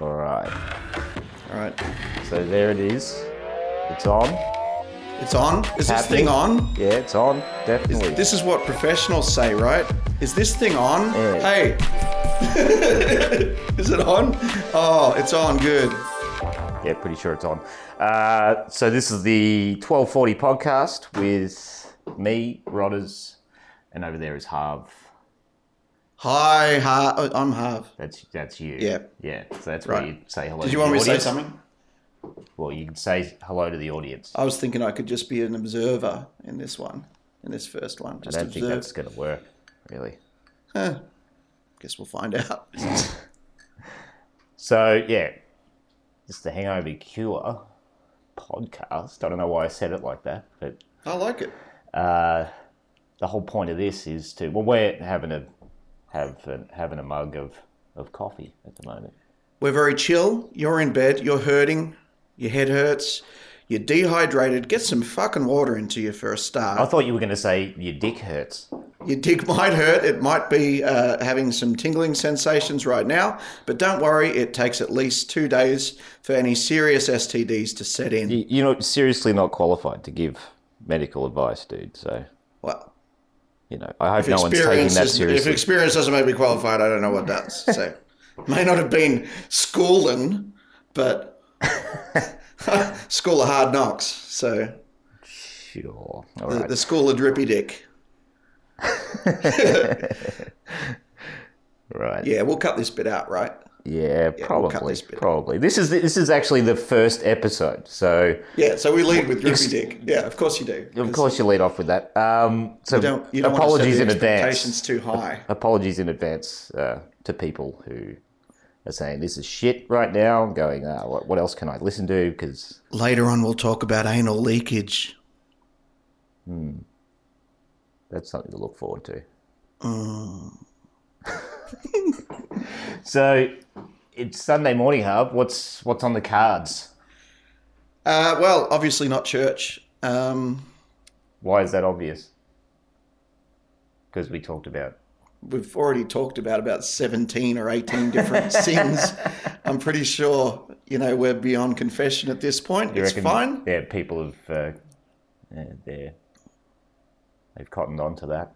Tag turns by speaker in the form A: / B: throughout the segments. A: All right.
B: All right.
A: So there it is. It's on.
B: It's on. Is this
A: Happening. Oh,
B: thing on?
A: Yeah, it's on.
B: Is,
A: Definitely.
B: this is what professionals say, right? Is this thing on?
A: Yeah.
B: Hey. is it on? Oh, it's on. Good.
A: Yeah, pretty sure it's on. Uh, so this is the 1240 podcast with me, Rodders, and over there is Harv.
B: Hi, hi. oh, I'm Harv.
A: That's that's you.
B: Yeah.
A: Yeah. So that's where
B: Right.
A: you say hello.
B: Did you
A: the
B: want me to say
A: audience.
B: something? Oh,
A: Well, you can say hello to the audience.
B: I was thinking I could just be an observer in this one, in this first one.
A: I
B: Just
A: don't think
B: observe.
A: that's going to work, really.
B: Guess we'll find out.
A: So yeah, it's the Hangover Cure podcast. I don't know why I said it like that, but
B: I like it.
A: the whole point of this is to well, we're having a have an, having a mug of of coffee at the moment.
B: We're very chill. You're in bed. You're hurting. Your head hurts. You're dehydrated. Get some fucking water into you for a start.
A: I thought you were going to say your dick hurts.
B: Your dick might hurt. It might be uh, having some tingling sensations right now, but don't worry. It takes at least two days for any serious STDs to set in.
A: You- You're not, seriously not qualified to give medical advice, dude. So
B: Well,
A: you know, I hope
B: if
A: no one's taking
B: experience
A: that
B: is- if
A: seriously.
B: experience doesn't make me qualified, I don't know what does. So, may not have been schooling, but school of hard knocks. So
A: sure. All
B: the,
A: right.
B: the school of drippy dick.
A: right.
B: Yeah, we'll cut this bit out, right?
A: Yeah,
B: we'll cut
A: probably.
B: this bit.
A: probably. This is this is actually the first episode. So
B: Yeah. So we lead with drippy dick. Yeah, of course you do.
A: of course you lead off with that. Um, so
B: Don't, you don't
A: apologies
B: want
A: in
B: to set the
A: advance.
B: expectations too high.
A: Apologies in advance uh, to people who are saying this is shit right now. I'm going. Uh, what, what else can I listen to? Because
B: Later on, we'll talk about anal leakage.
A: that's something to look forward to.
B: Mm.
A: so it's Sunday morning, Hub. What's what's on the cards?
B: Uh, well, obviously not church. Um,
A: Why is that obvious? Because we talked about
B: we've already talked about about 17 or 18 different sins. I'm pretty sure, you know, we're beyond confession at this point. it's fine.
A: Yeah, people have uh, yeah, they're, they've cottoned on to that.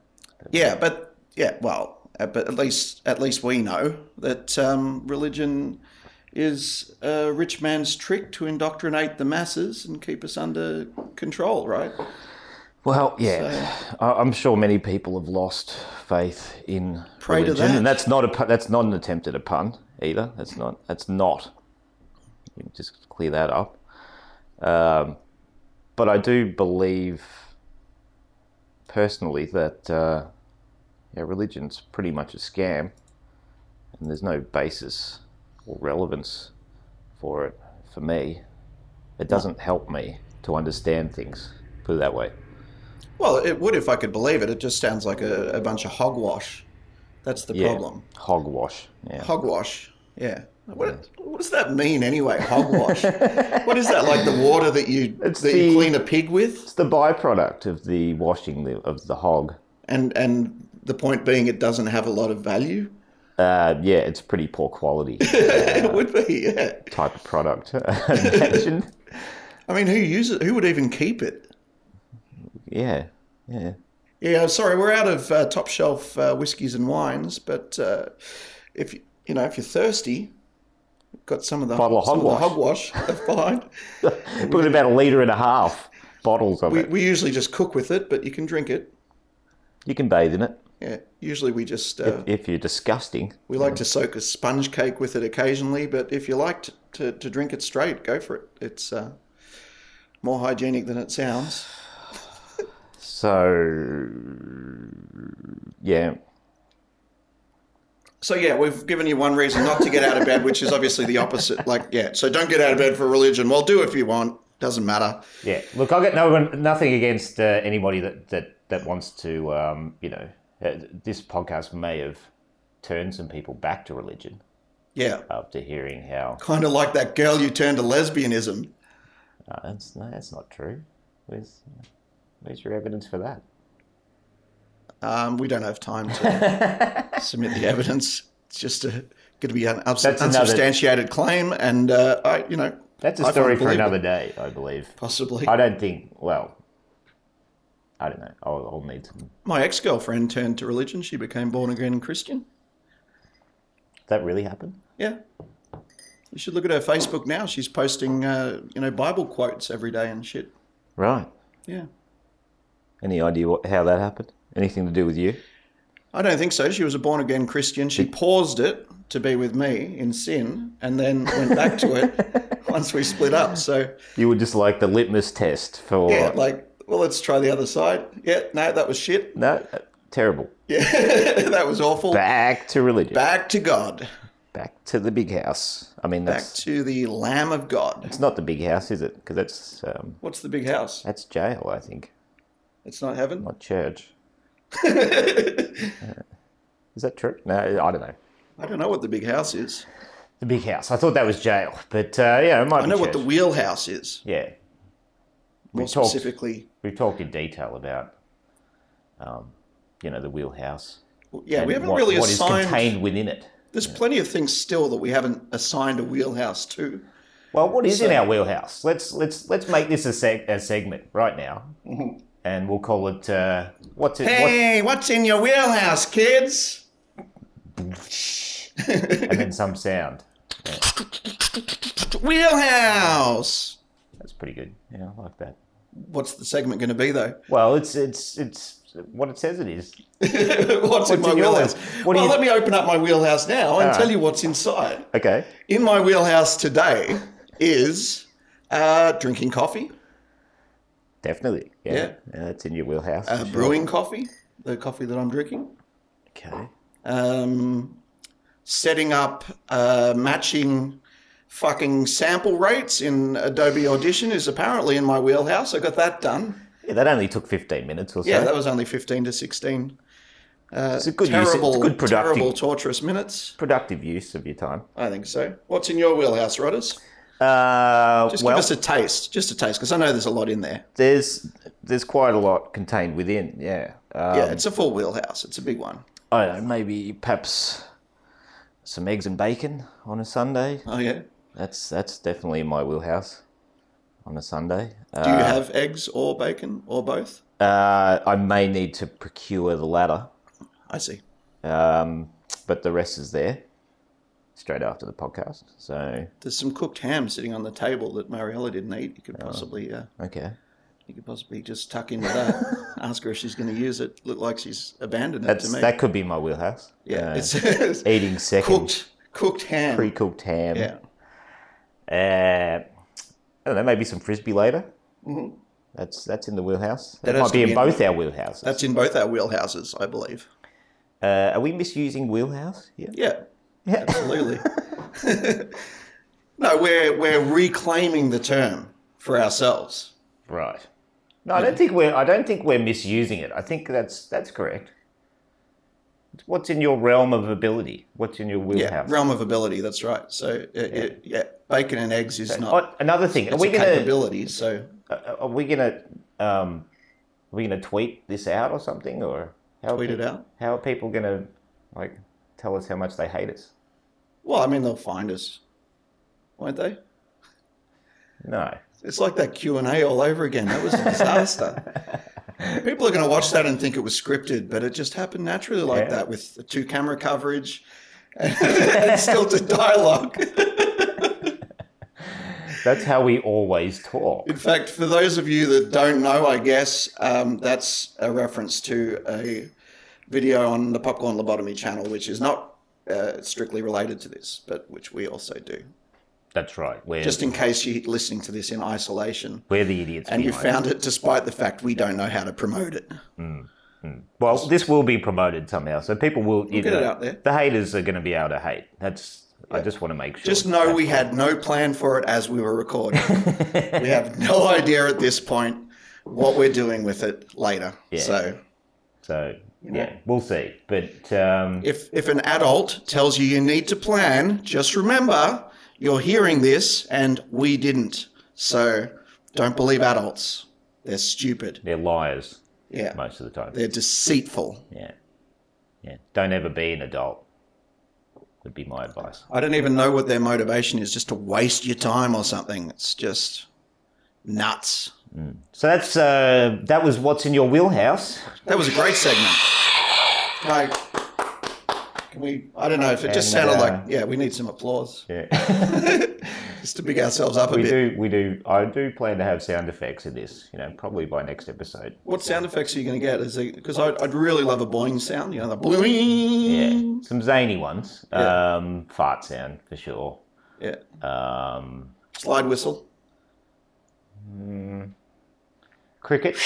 B: Yeah, but yeah, well, uh, but at least at least we know that um, religion is a rich man's trick to indoctrinate the masses and keep us under control, right?
A: Well, yeah, I I'm sure many people have lost faith in
B: Pray to
A: religion, and
B: that.
A: that's not a pu- that's not an attempt at a pun either. That's not that's not. Let me just clear that up. Um, but I do believe personally that uh, yeah, religion's pretty much a scam, and there's no basis or relevance for it for me. It doesn't help me to understand things. Put it that way.
B: Well, it would if I could believe it. It just sounds like a, a bunch of hogwash. That's the
A: Yeah.
B: problem.
A: Hogwash. Yeah.
B: Hogwash. Yeah. What, what does that mean anyway? Hogwash. what is that? Like the water that you
A: It's
B: that
A: the-
B: you clean a pig with?
A: it's the byproduct of the washing the, of the hog.
B: And and the point being, it doesn't have a lot of value.
A: Uh, yeah, it's pretty poor quality
B: it would be. Yeah.
A: type of product. I imagine.
B: I mean, who uses? Who would even keep it?
A: Yeah. Yeah.
B: Yeah. Sorry, we're out of uh, top shelf uh, whiskies and wines, but uh, if you you know if you're thirsty. we've Got some of the
A: Bottle of
B: some the hogwash left behind.
A: Put about a litre and a half bottles of
B: We,
A: it.
B: we usually just cook with it, but you can drink it.
A: You can bathe in it
B: Yeah, usually we just uh,
A: if you're disgusting.
B: We like to soak a sponge cake with it occasionally, but if you like to, to, to drink it straight, go for it. It's uh, more hygienic than it sounds.
A: So, yeah.
B: So, yeah, we've given you one reason not to get out of bed, which is obviously the opposite. Like, yeah, so don't get out of bed for religion. Well, do if you want, doesn't matter.
A: Yeah. Look, I got no one, nothing against uh, anybody that that that wants to. Um, you know, uh, this podcast may have turned some people back to religion
B: Yeah,
A: after hearing how
B: kind of like that girl you turned to lesbianism.
A: no, that's no, that's not true. Where's where's your evidence for that?
B: Um, we don't have time to submit the evidence. It's just a going to be an ups-
A: That's another-
B: unsubstantiated claim, and uh, I, you know,
A: That's
B: I
A: a story
B: find
A: for
B: believable.
A: another day, I believe.
B: possibly.
A: I don't think. Well, I don't know. I'll, I'll need some.
B: My ex girlfriend turned to religion. She became born again Christian.
A: That really happened.
B: Yeah. You should look at her Facebook now. She's posting, uh, you know, Bible quotes every day and shit.
C: Right.
B: Yeah.
C: Any idea what, how that happened? Anything to do with you?
B: I don't think so. She was a born again Christian. She paused it to be with me in sin and then went back to it once we split up. So,
C: You were just like the litmus test for
B: yeah, like, well, let's try the other side. Yeah, no, that was shit.
C: no uh, terrible.
B: Yeah, that was awful.
C: Back to religion. Back,
B: Back to God.
C: to the big house. I mean,
B: Back
C: that's
B: to the Lamb of God.
C: it's not the big house, is it? Because that's um,
B: What's the big house?
C: that's jail, I think,
B: It's not heaven.
C: not church.
A: Uh,
C: Is that true? No, I don't know.
B: I don't know what the big house is.
A: The big house. I thought that was jail, but uh, yeah, it might
B: I
A: be
B: know what the
A: church.
B: wheelhouse is,
A: yeah.
B: more
A: talked-
B: specifically.
A: We've talked in detail about, um, you know, the wheelhouse.
B: Yeah,
A: and
B: we haven't
A: what-
B: really
A: what is
B: assigned.
A: contained within it.
B: There's plenty of things still that we haven't assigned a wheelhouse to.
A: Well, what is in our wheelhouse? Let's let's let's make this a, seg- a segment right now, and we'll call it uh, what's it?
B: Mm-hmm. Hey, what's in your wheelhouse, kids?
A: What, and then some sound.
B: Wheelhouse.
A: That's pretty good. Yeah, I like that.
B: What's the segment going to be though?
A: Well, it's it's it's what it says it is.
B: what's, in my
A: in your wheelhouse?
B: wheelhouse?
A: What do
B: Well,
A: you- Ah.
B: let me open up my wheelhouse now and
A: All
B: tell
A: right.
B: you what's inside.
A: Okay.
B: In my wheelhouse today is uh, drinking coffee,
C: Definitely. Yeah.
B: Yeah.
C: it's in your wheelhouse.
B: uh,
C: for sure.
B: brewing coffee, the coffee that I'm drinking.
C: Okay.
B: um, setting up uh, matching fucking sample rates in Adobe Audition is apparently in my wheelhouse. I got that done.
A: Yeah, that only took fifteen minutes or so.
B: Yeah, that was only 15 to 16. Uh,
C: It's a good use- it's
B: terrible,
C: good productive-
B: terrible, torturous minutes.
C: Productive use of your time.
B: I think so. What's in your wheelhouse, Rodders?
A: Uh,
B: Just
A: well,
B: give us a taste, just a taste, because I know there's a lot in there.
C: There's there's quite a lot contained within. Yeah. Um,
B: yeah, it's a full wheelhouse. It's a big one.
C: I don't know. Maybe perhaps some eggs and bacon on a Sunday.
B: Oh yeah.
C: That's that's definitely in my wheelhouse on a Sunday. Uh,
B: Do you have eggs or bacon or both?
C: uh, I may need to procure the latter,
B: I see.
C: um, but the rest is there straight after the podcast. So
B: There's some cooked ham sitting on the table that Mariella didn't eat. You
C: Oh.
B: could possibly uh,
C: okay,
B: You could possibly just tuck into that, ask her if she's going to use it. Look like she's abandoned it to
C: that's
B: me.
C: that could be my wheelhouse.
B: yeah,
C: Uh,
B: it's, it's
C: eating second
B: cooked cooked ham.
C: pre-cooked ham.
B: yeah,
C: Uh, I don't know, maybe some frisbee later. That's that's in the wheelhouse. That,
B: Mm-hmm. That has
C: might
B: to
C: be
B: be
C: in
B: in-
C: both our wheelhouses.
B: that's in both our wheelhouses, I believe.
C: Uh, are we misusing wheelhouse? Yeah.
B: Yeah,
C: Yeah.
B: absolutely. no, we're we're reclaiming the term for ourselves.
A: right. No, I don't think we're. I don't think we're misusing it. I think that's that's correct. It's What's in your realm of ability? What's in your
B: Yeah,
A: wheelhouse?
B: realm of ability. That's right. So it, it, yeah, bacon and eggs is not
A: Oh, another thing. Are
B: it's
A: we
B: a
A: gonna?
B: capability. So
A: uh, Are we gonna? Um, are we gonna tweet this out or something? Or how are
B: Tweet it
A: peop-
B: out?
A: How are people gonna like tell us how much they hate us?
B: well, I mean, they'll find us, won't they?
A: No.
B: It's like that Q and A all over again. That was a disaster. People are going to watch that and think it was scripted, but it just happened naturally like
A: Yeah.
B: that with the two camera coverage and stilted dialogue.
A: That's how we always talk.
B: In fact, for those of you that don't know, I guess um, that's a reference to a video on the Popcorn Lobotomy channel, which is not uh, strictly related to this, but which we also do.
A: That's right. We're
B: Just in case you're listening to this in isolation
A: we're the idiots.
B: and you
A: behind it.
B: found it despite the fact we don't know how to promote it.
A: Well, this will be promoted somehow, so people will you
B: get it out there.
A: The haters are going to be able to hate. That's I just want to make sure.
B: Just know we had no plan for it as we were recording. we have no idea at this point what we're doing with it later. So
A: so yeah, we'll see. But um,
B: if if an adult tells you you need to plan, just remember you're hearing this and we didn't. So don't believe adults. They're stupid.
A: they're liars
B: Yeah.
A: most of the time.
B: They're deceitful.
A: Yeah, yeah. Don't ever be an adult.
C: Would be my advice.
B: I don't even know what their motivation is, just to waste your time or something. It's just nuts.
A: So that's uh, that was what's in your wheelhouse.
B: That was a great segment. Like, can we? I don't know if it just
A: And,
B: sounded
A: uh,
B: like yeah, we need some applause
A: Yeah.
B: just to big ourselves up a
A: we
B: bit.
A: do we do I do plan to have sound effects in this, you know, probably by next episode.
B: What sound effects are you going to get? Is because I'd, I'd really love a boing sound. You know the boing.
A: Yeah. Some zany ones.
B: Yeah.
A: Um fart sound for sure.
B: Yeah.
A: Um
B: Slide whistle.
A: cricket.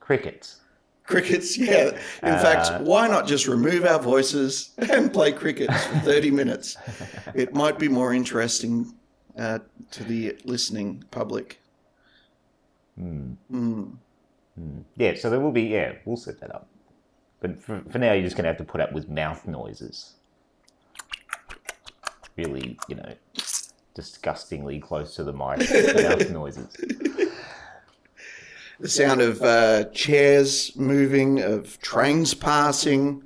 A: Crickets.
B: Crickets. Yeah. In fact, why not just remove our voices and play crickets for thirty minutes? It might be more interesting uh, to the listening public. Hmm.
A: Yeah, so there will be yeah, we'll set that up. But for, for now you're just gonna have to put up with mouth noises. Really, you know, disgustingly close to the mic mouth noises.
B: the sound of uh, chairs moving, of trains passing,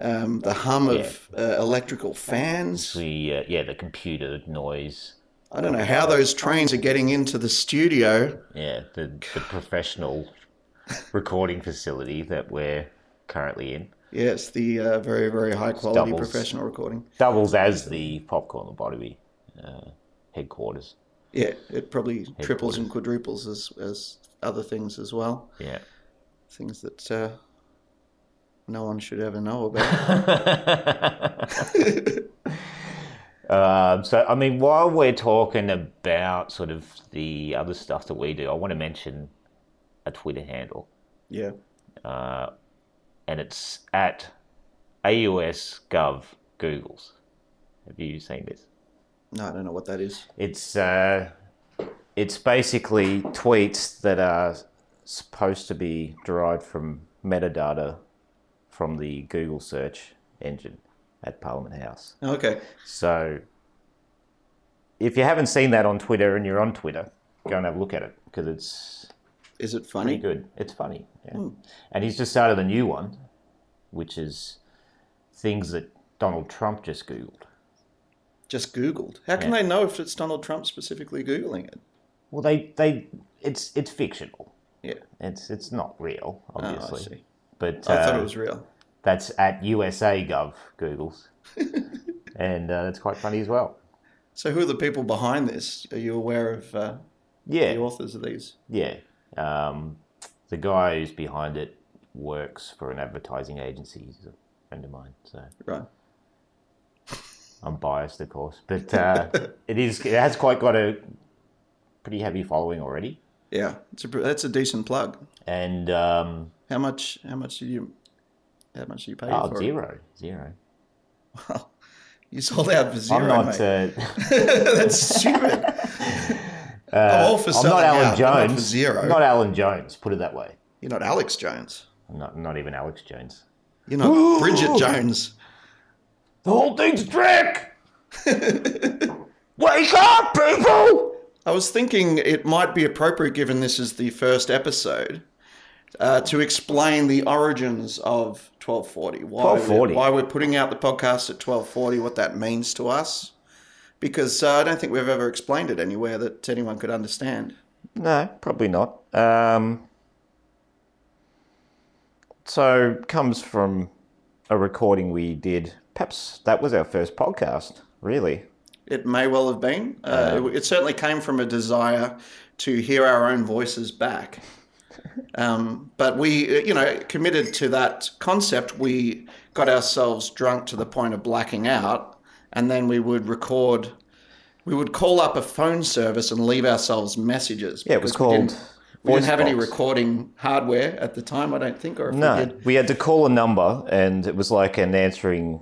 B: um, the hum of uh, electrical fans.
A: The uh, yeah, the computer noise.
B: I don't know how those trains are getting into the studio.
A: Yeah, the, the professional recording facility that we're currently in
B: Yes, the uh, very, very high quality
A: doubles.
B: professional recording.
A: doubles as the popcorn and body uh, headquarters.
B: Yeah, it probably triples and quadruples as, as other things as well.
A: Yeah.
B: Things that uh, no one should ever know about.
A: Um, so, I mean, while we're talking about sort of the other stuff that we do, I want to mention a Twitter handle,
B: yeah.
A: and it's at AUS Gov Googles. Have you seen this?
B: No, I don't know what that is.
A: It's uh, it's basically tweets that are supposed to be derived from metadata from the Google search engine at Parliament House.
B: Okay.
A: So if you haven't seen that on Twitter and you're on Twitter, go and have a look at it because it's
B: Is it
A: pretty
B: funny?
A: good. It's funny. Yeah. And he's just started a new one, which is things that Donald Trump just Googled.
B: Just Googled. How can they know if it's Donald Trump specifically Googling it?
A: Well, they, they it's it's fictional.
B: Yeah.
A: It's it's not real, obviously.
B: Ah, see.
A: But
B: I thought
A: uh,
B: it was real.
A: that's at USA Gov Google's, and uh, that's quite funny as well.
B: So, who are the people behind this? Are you aware of uh, the
A: Yeah,
B: authors of these?
A: yeah. Um, the guy who's behind it works for an advertising agency. He's a friend of mine, so
B: Right.
A: I'm biased, of course. But uh, it is it has quite got a pretty heavy following already,
B: Yeah, it's a, pr- that's a decent plug.
A: and um,
B: How much? How much did you? How much did you pay
A: oh,
B: for it?
A: zero, zero.
B: You sold out for 0
A: I'm not.
B: mate.
A: Uh,
B: that's stupid. I'm all for
A: I'm
B: selling
A: not Alan
B: out, but
A: Jones.
B: Not for zero.
A: Not Alan Jones. Put it that way.
B: You're not Alex Jones.
A: I'm not not even Alex Jones.
B: You're not Bridget Jones.
A: The whole thing's trick. Wake up, people!
B: I was thinking it might be appropriate, given this is the first episode, uh, to explain the origins of 1240. Why,
A: 1240.
B: Why we're putting out the podcast at 1240, what that means to us. Because uh, I don't think we've ever explained it anywhere that anyone could understand.
A: No, probably not. Um, so comes from a recording we did. Perhaps that was our first podcast, really.
B: It may well have been. Uh, it, it certainly came from a desire to hear our own voices back. Um, but we, uh, you know, committed to that concept. We got ourselves drunk to the point of blacking out, and then we would record. We would call up a phone service and leave ourselves messages.
A: Yeah, it was
B: because we
A: called
B: didn't- We didn't have any
A: Voicebox.
B: recording hardware at the time, I don't think, or if we
A: No,
B: did,
A: we had to call a number, and it was like an answering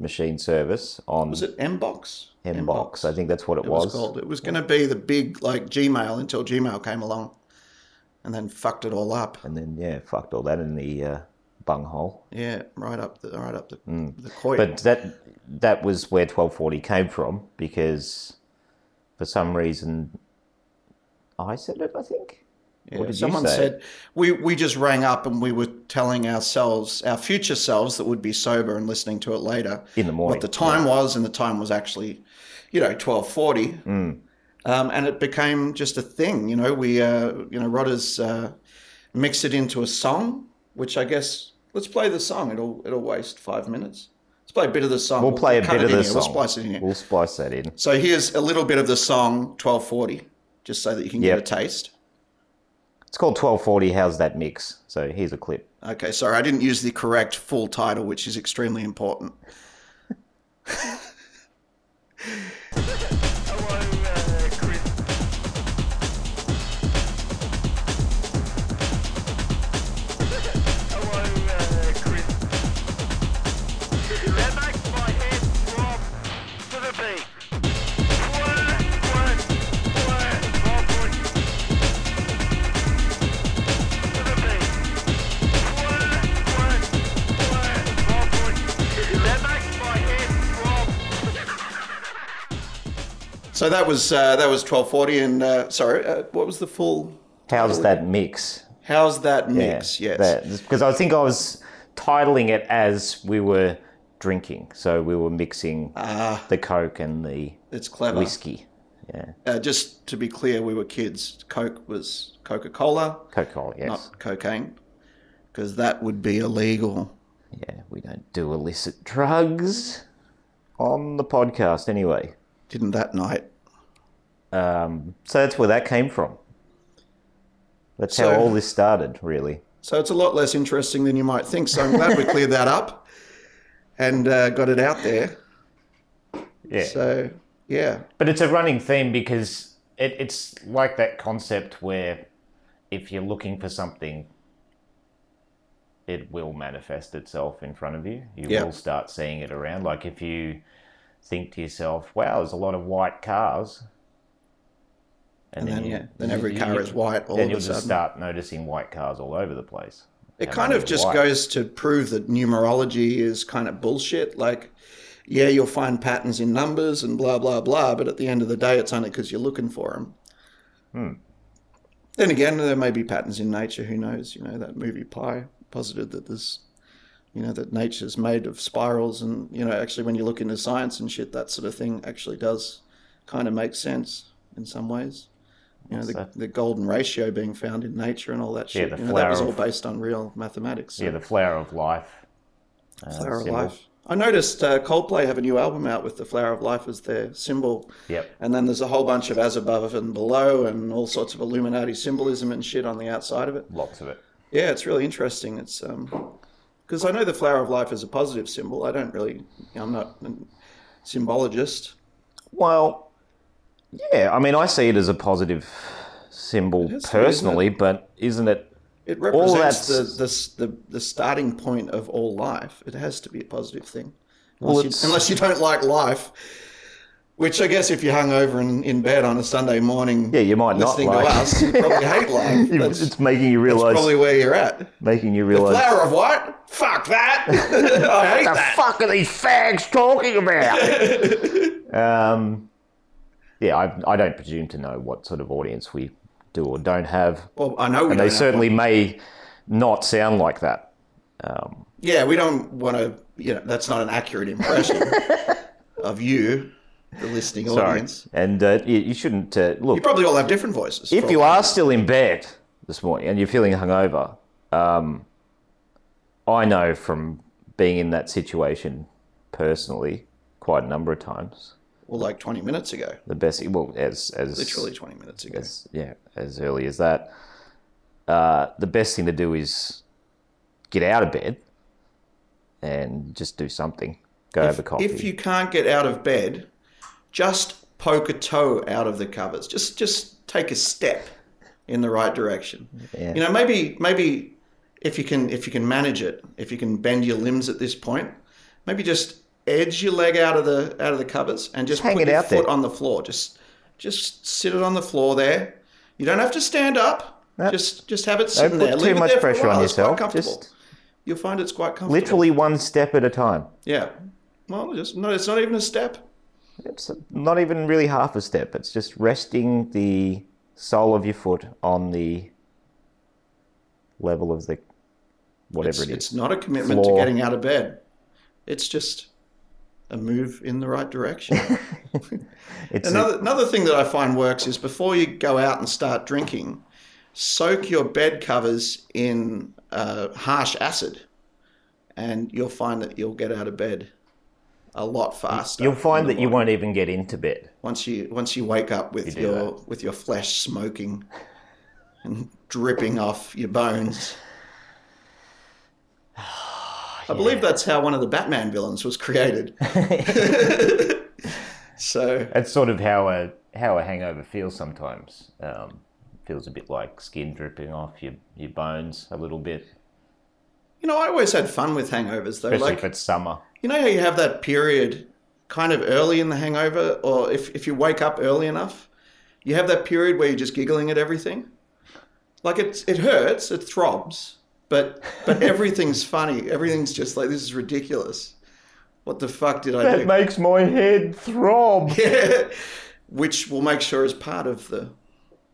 A: machine service on
B: was it Mbox?
A: inbox. I think that's what it,
B: it was, called. It was going to be the big like Gmail until Gmail came along, and then fucked it all up.
A: and then yeah, fucked all that in the uh, bunghole.
B: Yeah, right up the right up the the coil.
A: Hmm. But that that was where twelve forty came from because for some reason I said it. I think
B: Yeah,
A: did you
B: someone
A: say?
B: said we, we just rang up and we were telling ourselves, our future selves that would be sober and listening to it later,
A: in the morning.
B: what the time was, and the time was actually, you know, twelve forty,
A: Mm.
B: um, and it became just a thing. You know, we uh, you know Rodders uh, mixed it into a song, which I guess let's play the song. It'll it'll waste five minutes. Let's play a bit of the song.
A: We'll play a
B: cut
A: bit
B: it
A: of
B: in
A: the
B: here.
A: song.
B: We'll splice it in here.
A: We'll splice that in.
B: So here's a little bit of the song twelve forty, just so that you can
A: Yep.
B: get a taste.
A: It's called 1240 How's That Mix? So here's a clip.
B: Okay, sorry, I didn't use the correct full title, which is extremely important.
D: Hello, uh, Chris. Hello, uh, Chris. That makes my head throb to the beat. Work, work, work, lovely. To the beat. Work, work, work, lovely. That makes my head throb.
B: So that was uh, that was twelve forty, and uh, sorry, uh, what was the full?
A: How's That Mix?
B: How's that mix? yes.
A: Because I think I was titling it as we were drinking. So we were mixing
B: Ah.
A: the Coke and the
B: It's clever.
A: whiskey. Yeah.
B: Uh, just to be clear, we were kids. Coke was Coca Cola,
A: Coca Cola, yes.
B: not cocaine, because that would be illegal.
A: Yeah. We don't do illicit drugs on the podcast anyway.
B: Didn't that night?
A: Um, so that's where that came from. That's how
B: So-
A: all this started, really.
B: So it's a lot less interesting than you might think. So I'm glad we cleared that up and uh, got it out there.
A: Yeah.
B: So yeah,
A: But it's a running theme because it, it's like that concept where if you're looking for something, it will manifest itself in front of you. You
B: Yeah.
A: will start seeing it around. Like if you think to yourself, wow, there's a lot of white cars.
B: and then
A: you-
B: yeah, then every
A: you-
B: car is white all
A: Then
B: of
A: you'll
B: a
A: just
B: sudden.
A: start noticing white cars all over the place.
B: It
A: How
B: kind
A: many
B: of
A: are
B: just
A: white?
B: goes to prove that numerology is kind of bullshit. Like, yeah, you'll find patterns in numbers and blah, blah, blah, but at the end of the day, it's only because you're looking for them.
A: Hmm.
B: Then again, there may be patterns in nature. Who knows? You know, that movie Pi posited that there's, you know, that nature's made of spirals. And, you know, actually, when you look into science and shit, that sort of thing actually does kind of make sense in some ways. You know,
A: What's
B: the,
A: that?
B: the golden ratio being found in nature and all that
A: Yeah,
B: shit.
A: the
B: you know, that was
A: flower
B: all
A: of-
B: based on real mathematics. so-
A: Yeah, the flower of life. uh,
B: Flower of
A: symbol.
B: Life. I noticed uh, Coldplay have a new album out with the Flower of Life as their symbol,
A: Yep.
B: and then there's a whole bunch of as above and below, and all sorts of Illuminati symbolism and shit on the outside of it.
A: Lots of it.
B: Yeah, it's really interesting. It's um, because I know the Flower of Life is a positive symbol. I don't really, I'm not a symbologist.
A: Well, yeah, I mean, I see it as a positive symbol
B: is, though, isn't it?
A: personally, but isn't it?
B: It
A: All
B: represents the,
A: that's-
B: the s- the the starting point of all life. It has to be a positive thing.
A: Well,
B: Unless,
A: it's-
B: you, unless you don't like life, which I guess if you're hungover and in bed on a Sunday morning,
A: Yeah, you might not
B: listening
A: like-
B: to us, you probably hate life.
A: You-
B: That's,
A: it's making you
B: that's
A: realize,
B: probably where you're at.
A: making you realize.
B: Flower of white? Fuck that! I hate that.
A: fuck are these fags talking about? um, yeah, I, I don't presume to know what sort of audience we do or don't have.
B: Well, I know
A: And
B: we don't.
A: they
B: have
A: certainly may not sound like that.
B: one. yeah, we don't want to. You know, that's not an accurate impression of you, the listening
A: Sorry.
B: audience.
A: And uh, you, you shouldn't uh, look.
B: You probably all have different voices.
A: if you are still in bed this morning and you're feeling hungover, um, I know from being in that situation personally quite a number of times.
B: well, like 20 minutes ago,
A: The best, well, as as
B: literally 20 minutes ago.
A: as yeah, as early as that. Uh, the best thing to do is get out of bed and just do something. Go have a coffee.
B: If you can't get out of bed, just poke a toe out of the covers. Just just take a step in the right direction.
A: Yeah.
B: You know, maybe maybe if you can if you can manage it, if you can bend your limbs at this point, maybe just edge your leg out of the out of the covers and just
A: Hang
B: put
A: it
B: your
A: out
B: foot
A: there.
B: on the floor. Just just sit it on the floor there. You don't have to stand up.
A: Nope.
B: Just just have it
A: don't put
B: sitting there. Leave
A: too
B: it
A: much
B: there for a
A: pressure on
B: while. It's quite
A: yourself.
B: comfortable.
A: Just
B: You'll find it's quite comfortable.
A: literally one step at a time.
B: Yeah. Well, just no. It's not even a step.
A: It's not even really half a step. It's just resting the sole of your foot on the level of the whatever
B: it's,
A: it is.
B: it's not a commitment
A: Floor.
B: to getting out of bed. It's just a move in the right direction.
A: It's a-
B: another another thing that I find works is before you go out and start drinking, soak your bed covers in uh, harsh acid, and you'll find that you'll get out of bed a lot faster.
A: you'll find
B: in the
A: that you
B: morning.
A: won't even get into bed.
B: once you once you wake up with
A: do
B: your with your flesh smoking and dripping off your bones. I believe that's how one of the Batman villains was created. so
A: That's sort of how a how a hangover feels sometimes. Um, feels a bit like skin dripping off your your bones a little bit,
B: you know, I always had fun with hangovers though.
A: especially
B: like
A: if it's summer.
B: you know how you have that period kind of early in the hangover, or if, if you wake up early enough, you have that period where you're just giggling at everything. Like it, it hurts, it throbs, but but everything's funny. Everything's just like this is ridiculous. What the fuck did I do?
A: makes my head throb.
B: Which we'll make sure is part of the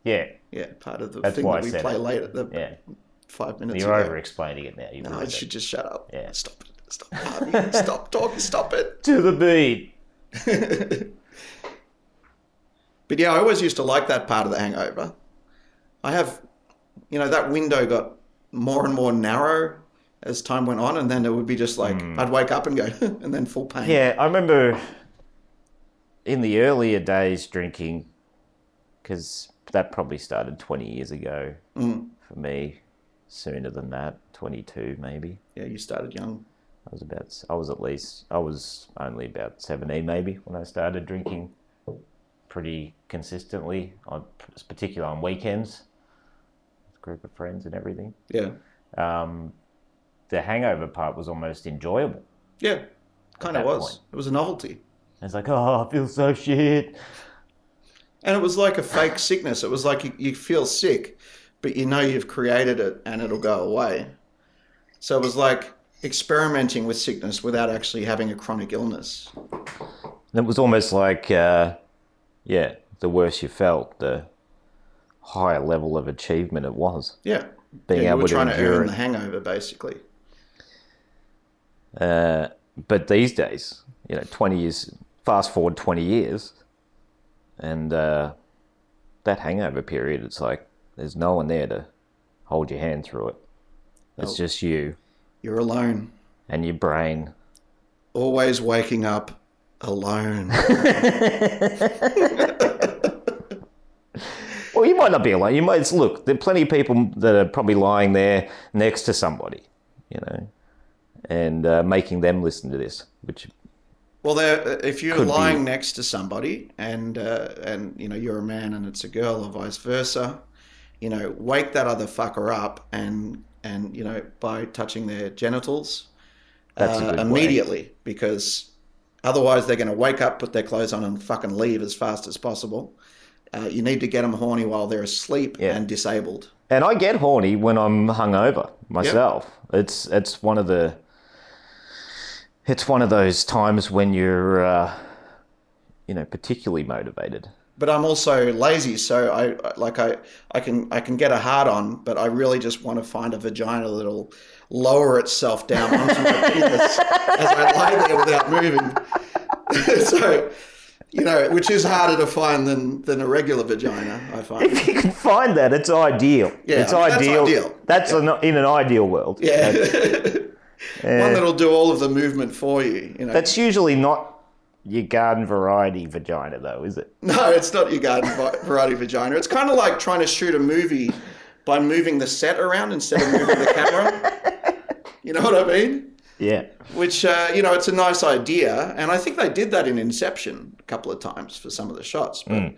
A: Yeah,
B: yeah part of the
A: That's
B: thing
A: why
B: that
A: I
B: we
A: said
B: play
A: it.
B: later. The
A: yeah.
B: five minutes.
A: You're
B: ago.
A: over explaining it now. You've
B: No, I
A: ruined it.
B: should just shut up.
A: Yeah.
B: Stop it. Stop. Harvey. stop talking. Stop it.
A: To the beat.
B: But yeah, I always used to like that part of the hangover. I have, you know, that window got more and more narrow as time went on, and then it would be just like
A: Hmm.
B: I'd wake up and go, and then full pain.
A: Yeah, I remember in the earlier days drinking, because that probably started 20 years ago for me, sooner than that, 22 maybe.
B: yeah, you started young.
A: I was about, I was at least, I was only about 17 maybe when I started drinking pretty consistently, on, particularly on weekends, group of friends and everything. Um,
B: Yeah,
A: The hangover part was almost enjoyable.
B: yeah, kind of
A: that
B: was.
A: point.
B: It was a novelty,
A: It's like, oh, I feel so shit.
B: and it was like a fake sickness. It was like you, you feel sick, but you know you've created it, and it'll go away. So it was like experimenting with sickness without actually having a chronic illness.
A: And It was almost like, uh, yeah, the worse you felt, the higher level of achievement it was.
B: Yeah.
A: Being
B: yeah, you
A: able
B: were
A: to
B: trying to
A: endure
B: earn
A: it.
B: the hangover, basically.
A: Uh, but these days, you know, 20 years, fast forward 20 years, and uh, that hangover period, it's like there's no one there to hold your hand through it. It's
B: Nope.
A: just you
B: You're alone,
A: and your brain.
B: always waking up alone.
A: Well, you might not be alone. You might it's- look. There are plenty of people that are probably lying there next to somebody, you know, and uh, making them listen to this, which
B: well, there, if you're
A: Could be.
B: lying next to somebody, and uh, and you know you're a man and it's a girl, or vice versa, you know, wake that other fucker up, and and you know by touching their genitals uh,
A: That's a good way.
B: um, immediately, because otherwise they're going to wake up, put their clothes on, and fucking leave as fast as possible. Uh, you need to get them horny while they're asleep
A: Yeah.
B: and disabled.
A: And I get horny when I'm hungover myself. It's it's one of the it's one of those times when you're uh, you know particularly motivated.
B: but I'm also lazy, so I like I I can I can get a hard on, but I really just want to find a vagina that'll lower itself down onto my penis as I lie there without moving. so, you know, which is harder to find than than a regular vagina. I find.
A: If you can find that, it's ideal.
B: Yeah,
A: it's
B: I mean, that's
A: ideal.
B: ideal.
A: That's an, in an ideal world.
B: Yeah,
A: Eh,
B: one that'll do all of the movement for you. You know,
A: that's usually not your garden variety vagina, though, is it?
B: no, it's not your garden va- variety vagina. It's kind of like trying to shoot a movie by moving the set around instead of moving the camera. You know what I mean?
A: Yeah.
B: which uh, you know it's a nice idea and i think they did that in inception a couple of times for some of the shots but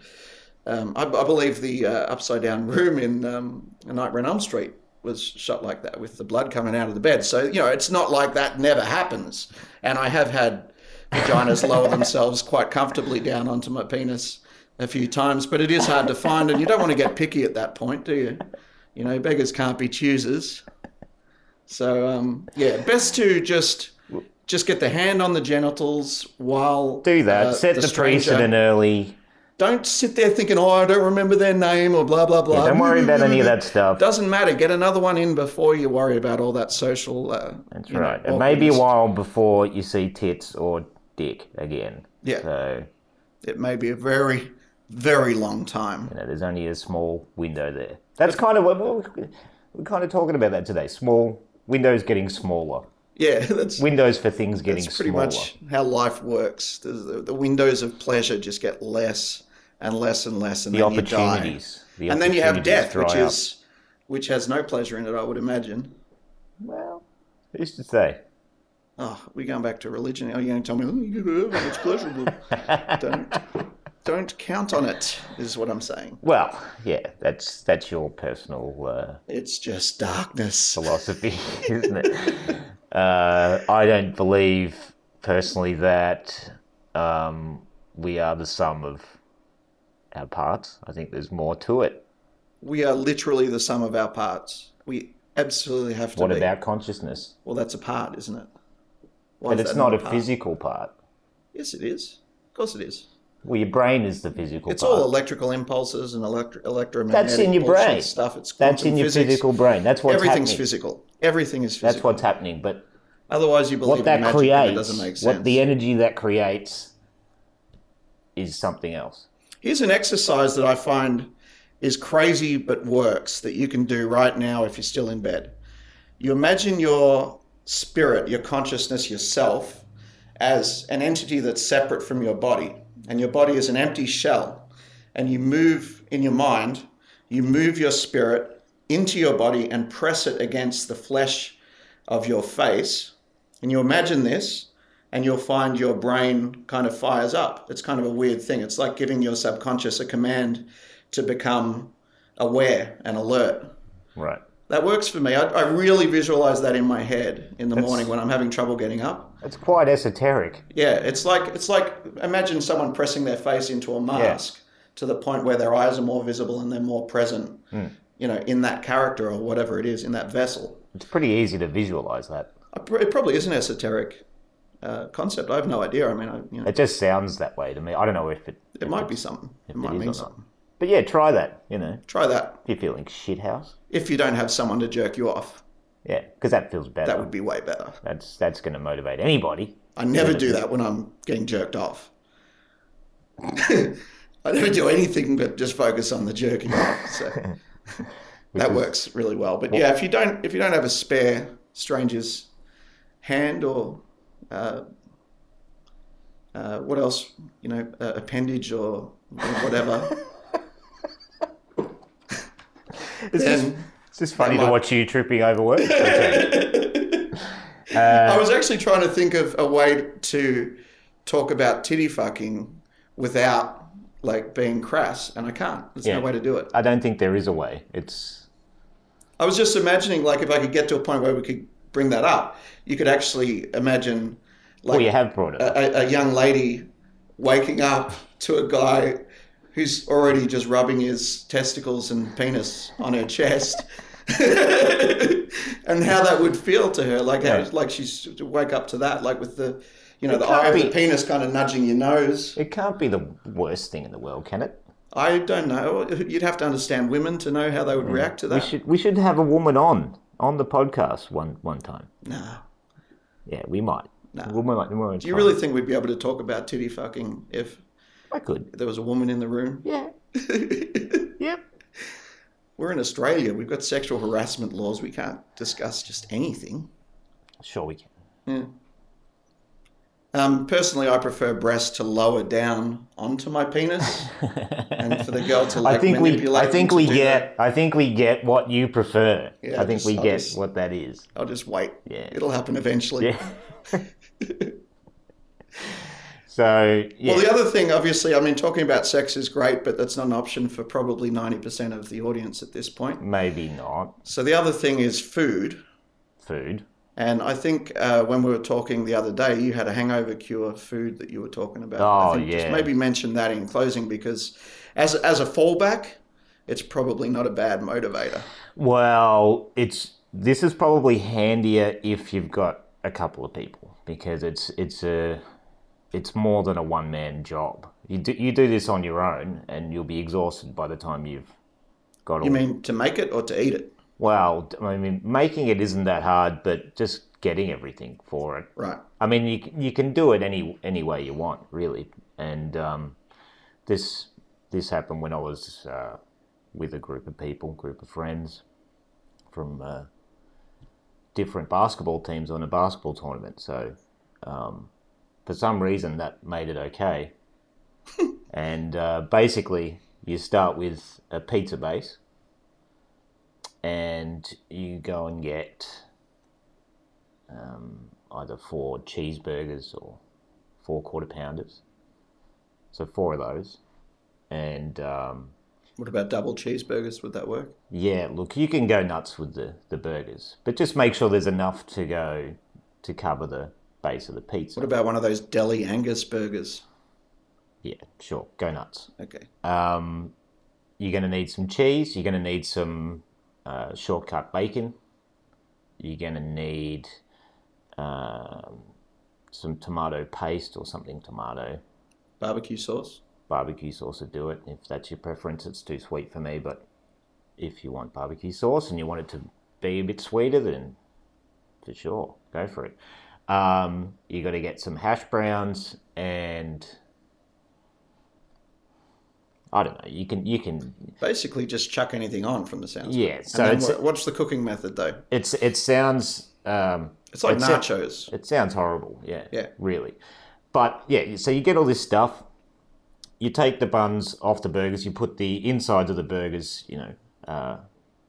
B: um, I, I believe the uh, upside down room in um, A nightmare on elm street was shot like that with the blood coming out of the bed so you know it's not like that never happens and i have had vaginas lower themselves quite comfortably down onto my penis a few times but it is hard to find and you don't want to get picky at that point do you you know beggars can't be choosers so um, yeah, best to just just get the hand on the genitals while
A: Do that.
B: uh,
A: Set the,
B: stranger-
A: precedent early.
B: Don't sit there thinking, oh, I don't remember their name or blah, blah, blah.
A: Yeah, don't worry about any of that stuff.
B: Doesn't matter. Get another one in before you worry about all that social. Uh,
A: That's
B: you know,
A: right. it may be a
B: awkwardness.
A: while before you see tits or dick again.
B: Yeah.
A: So
B: It may be a very, very long time.
A: you know, there's only a small window there. That's kind of what we're, we're kind of talking about that today. Small windows getting smaller.
B: Yeah, that's,
A: Windows for things getting
B: that's pretty
A: smaller.
B: much how life works. There's The, the windows of pleasure just get less and less and less, and
A: the
B: then you die.
A: opportunities. The
B: and then you have
A: opportunities
B: death,
A: dry
B: which
A: up.
B: is which has no pleasure in it, I would imagine.
A: well, who's to say?
B: Oh, we're going back to religion. Are you going to tell me oh, you gotta have it, it's pleasurable? don't don't count on it. Is what I'm saying.
A: Well, yeah, that's that's your personal uh,
B: It's just darkness.
A: philosophy, isn't it? Uh, I don't believe personally that um, we are the sum of our parts. I think there's more to it.
B: We are literally the sum of our parts. We absolutely have to
A: What
B: be.
A: about consciousness?
B: Well, that's a part, isn't it? Why
A: But
B: is
A: it's
B: that
A: not a
B: part?
A: physical part.
B: Yes, it is. Of course, it is.
A: Well, your brain is the physical
B: It's
A: part.
B: all electrical impulses and electro electromagnetic
A: That's in your
B: bullshit
A: brain.
B: stuff. It's
A: That's
B: quantum
A: in your
B: physics.
A: physical brain. That's what's
B: Everything's
A: happening.
B: physical. Everything is physical.
A: That's what's happening. But
B: Otherwise, you believe
A: what
B: in
A: that
B: magic and it doesn't make
A: creates,
B: sense.
A: what the energy that creates, is something else.
B: Here's an exercise that I find is crazy but works that you can do right now if you're still in bed. You imagine your spirit, your consciousness, yourself as an entity that's separate from your body, and your body is an empty shell. And you move in your mind, you move your spirit into your body and press it against the flesh of your face. And you imagine this, and you'll find your brain kind of fires up. It's kind of a weird thing. It's like giving your subconscious a command to become aware and alert.
A: Right.
B: That works for me. I, I really visualize that in my head in the morning when I'm having trouble getting up.
A: It's quite esoteric.
B: Yeah, it's like it's like imagine someone pressing their face into a mask to the point where their eyes are more visible and they're more present.
A: Hmm.
B: You know, in that character or whatever it is, in that vessel.
A: It's pretty easy to visualize that.
B: I pr- It probably is an esoteric uh, concept. I have no idea. I mean, I, you know,
A: It just sounds that way to me. I don't know if it.
B: it might be something. It might
A: is or
B: mean
A: not.
B: something.
A: But yeah, try that. You know,
B: Try that
A: if you're feeling shithouse,
B: if you don't have someone to jerk you off.
A: yeah, because that feels better.
B: That would be way better.
A: That's that's going to motivate anybody.
B: I never do that when I'm getting jerked off. I never do anything but just focus on the jerking off. So that works really well. But yeah, if you don't if you don't have a spare stranger's hand or uh, uh, what else, you know, uh, appendage or whatever,
A: It's just,
B: then
A: it's just funny
B: might-
A: to watch you tripping over work. Uh,
B: I was actually trying to think of a way to talk about titty fucking without like being crass, and I can't. There's
A: Yeah.
B: no way to do it.
A: I don't think there is a way. It's
B: I was just imagining like if I could get to a point where we could bring that up, you could actually imagine like
A: well, you have brought it. up.
B: a, a young lady waking up to a guy who's already just rubbing his testicles and penis on her chest. and how that would feel to her, like how,
A: Yeah.
B: like she's to wake up to that, like with the, you know, the
A: can't
B: eye of the
A: be-
B: penis kind of nudging your nose.
A: It can't be the worst thing in the world, can it?
B: I don't know. You'd have to understand women to know how they would react to
A: Mm. We
B: that.
A: should we should have a woman on on the podcast one one time.
B: Nah.
A: Yeah, we might.
B: Nah.
A: We might. we might
B: Do you really think we'd be able to talk about titty fucking if
A: I could.
B: there was a woman in the room?
A: Yeah. yep.
B: We're in Australia. We've got sexual harassment laws. We can't discuss just anything.
A: Sure, we can.
B: Um, personally, I prefer breasts to lower down onto my penis, and for the girl to like
A: I think we.
B: manipulate.
A: I
B: them
A: think
B: to
A: we
B: do
A: get. I think we get what you prefer.
B: Yeah,
A: I think
B: just-
A: we
B: I'll
A: get
B: just-
A: what that is.
B: that. I'll just wait.
A: Yeah.
B: It'll happen eventually.
A: Yeah. so yeah,
B: Well, the other thing, obviously, I mean, talking about sex is great, but that's not an option for probably ninety percent of the audience at this point.
A: maybe not
B: So the other thing is food.
A: food.
B: And I think uh, when we were talking the other day, you had a hangover cure food that you were talking about.
A: Oh,
B: I think Just
A: yeah.
B: maybe mention that in closing because, as as a fallback, it's probably not a bad motivator.
A: Well, it's this is probably handier if you've got a couple of people because it's it's a it's more than a one man job. You do, you do this on your own, and you'll be exhausted by the time you've got all.
B: You mean to make it or to eat it?
A: well, I mean, making it isn't that hard, but just getting everything for it.
B: Right.
A: I mean, you you can do it any any way you want, really. And um, this this happened when I was uh, with a group of people, group of friends from uh, different basketball teams on a basketball tournament. So um, for some reason, that made it okay. and uh, basically, you start with a pizza base, and you go and get either four cheeseburgers or four quarter pounders. So four of those, and um,
B: What about double cheeseburgers? Would that work?
A: yeah, look, you can go nuts with the the burgers, but just make sure there's enough to go to cover the base of the pizza.
B: What about one of those deli Angus burgers?
A: yeah, sure, go nuts.
B: Okay.
A: Um, you're going to need some cheese. You're going to need some uh, shortcut bacon. You're going to need um, some tomato paste or something tomato.
B: Barbecue sauce.
A: barbecue sauce to do it. If that's your preference, it's too sweet for me. But if you want barbecue sauce and you want it to be a bit sweeter, then for sure, go for it. Um, you got to get some hash browns and I don't know. You can you can
B: Basically, just chuck anything on from the sounds. of it.
A: yeah.
B: And
A: So
B: then
A: it's,
B: wha- what's the cooking method though?
A: it's it sounds um,
B: It's like
A: It's a-
B: nachos.
A: It sounds horrible. Yeah.
B: Yeah.
A: Really. But yeah, so you get all this stuff. You take the buns off the burgers. You put the insides of the burgers, you know, uh,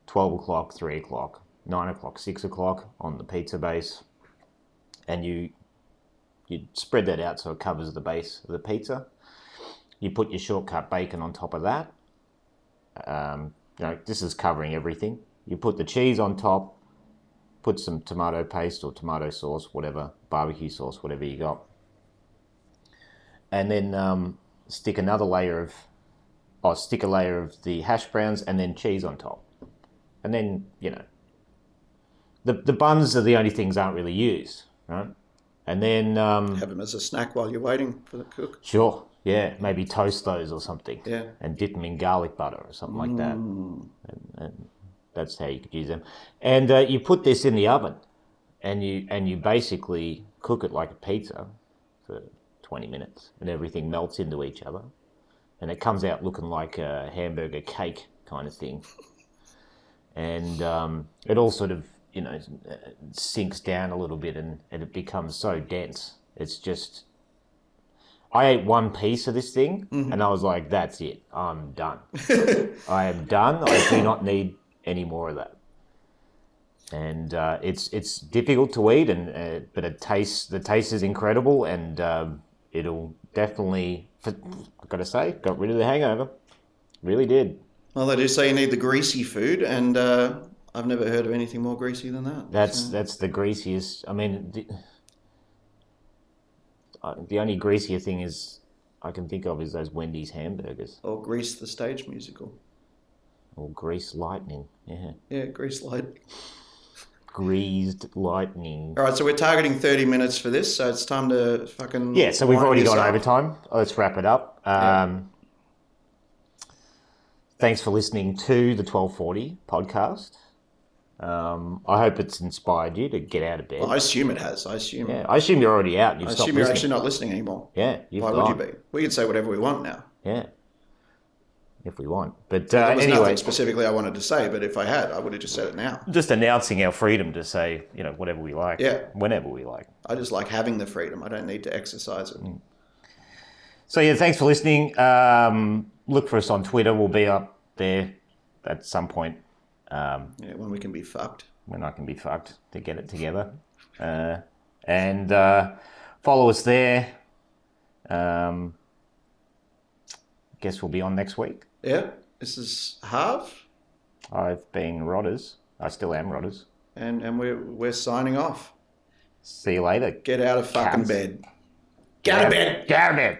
A: twelve o'clock, three o'clock, nine o'clock, six o'clock on the pizza base, and you you spread that out so it covers the base of the pizza. You put your shortcut bacon on top of that. Um, you know, this is covering everything. You put the cheese on top, put some tomato paste or tomato sauce, whatever, barbecue sauce, whatever you got. And then um, stick another layer of, or stick a layer of the hash browns and then cheese on top. And then, you know, the, the buns are the only things aren't really used, right? And then, um,
B: Have them as a snack while you're waiting for the cook.
A: sure, yeah, maybe toast those or something
B: Yeah.
A: and dip them in garlic butter or something like that. And, and that's how you could use them. And uh, you put this in the oven, and you and you basically cook it like a pizza for 20 minutes, and everything melts into each other, and it comes out looking like a hamburger cake kind of thing. And um, it all sort of you know uh, sinks down a little bit, and, and it becomes so dense. It's just I ate one piece of this thing and I was like, that's it. I'm done. I am done. I do not need any more of that. And uh, it's it's difficult to eat, and uh, but it tastes the taste is incredible, and um, it'll definitely. For, I gotta say, got rid of the hangover. Really did.
B: Well, they do say you need the greasy food, and uh, I've never heard of anything more greasy than that.
A: That's that's the greasiest. I mean, the, uh, the only greasier thing is I can think of is those Wendy's hamburgers
B: or Grease the Stage musical.
A: or grease lightning. Yeah.
B: Yeah, Grease Light.
A: greased lightning.
B: All right, so we're targeting 30 minutes for this, so it's time to fucking.
A: Yeah, so we've
B: wind
A: already
B: this
A: gone
B: up.
A: overtime. Let's wrap it up. Um, Thanks for listening to the 1240 podcast. Um, I hope it's inspired you to get out of bed.
B: Well, I assume it has. I assume.
A: yeah, I assume you're already out. You've
B: I
A: stopped
B: assume you're
A: listening.
B: actually not listening anymore.
A: yeah, you've
B: Why
A: gone.
B: would you be? We can say whatever we want now.
A: Yeah, if we want. But uh,
B: There was
A: anyway,
B: nothing specifically I wanted to say, but if I had, I would have just said it now.
A: just announcing our freedom to say you know whatever we like,
B: Yeah.
A: whenever we like.
B: I just like having the freedom. I don't need to exercise it.
A: Mm. So yeah, thanks for listening. Um, look for us on Twitter. We'll be up there at some point
B: Yeah, when we can be fucked.
A: when I can be fucked to get it together. Uh, and uh, follow us there. Um, guess we'll be on next week.
B: Yeah, this is half,
A: I've been Rodders. I still am Rodders.
B: and, and we're, we're signing off.
A: See you later.
B: Get out of fucking
A: Cats.
B: bed. Get out of bed.
A: Get out of bed.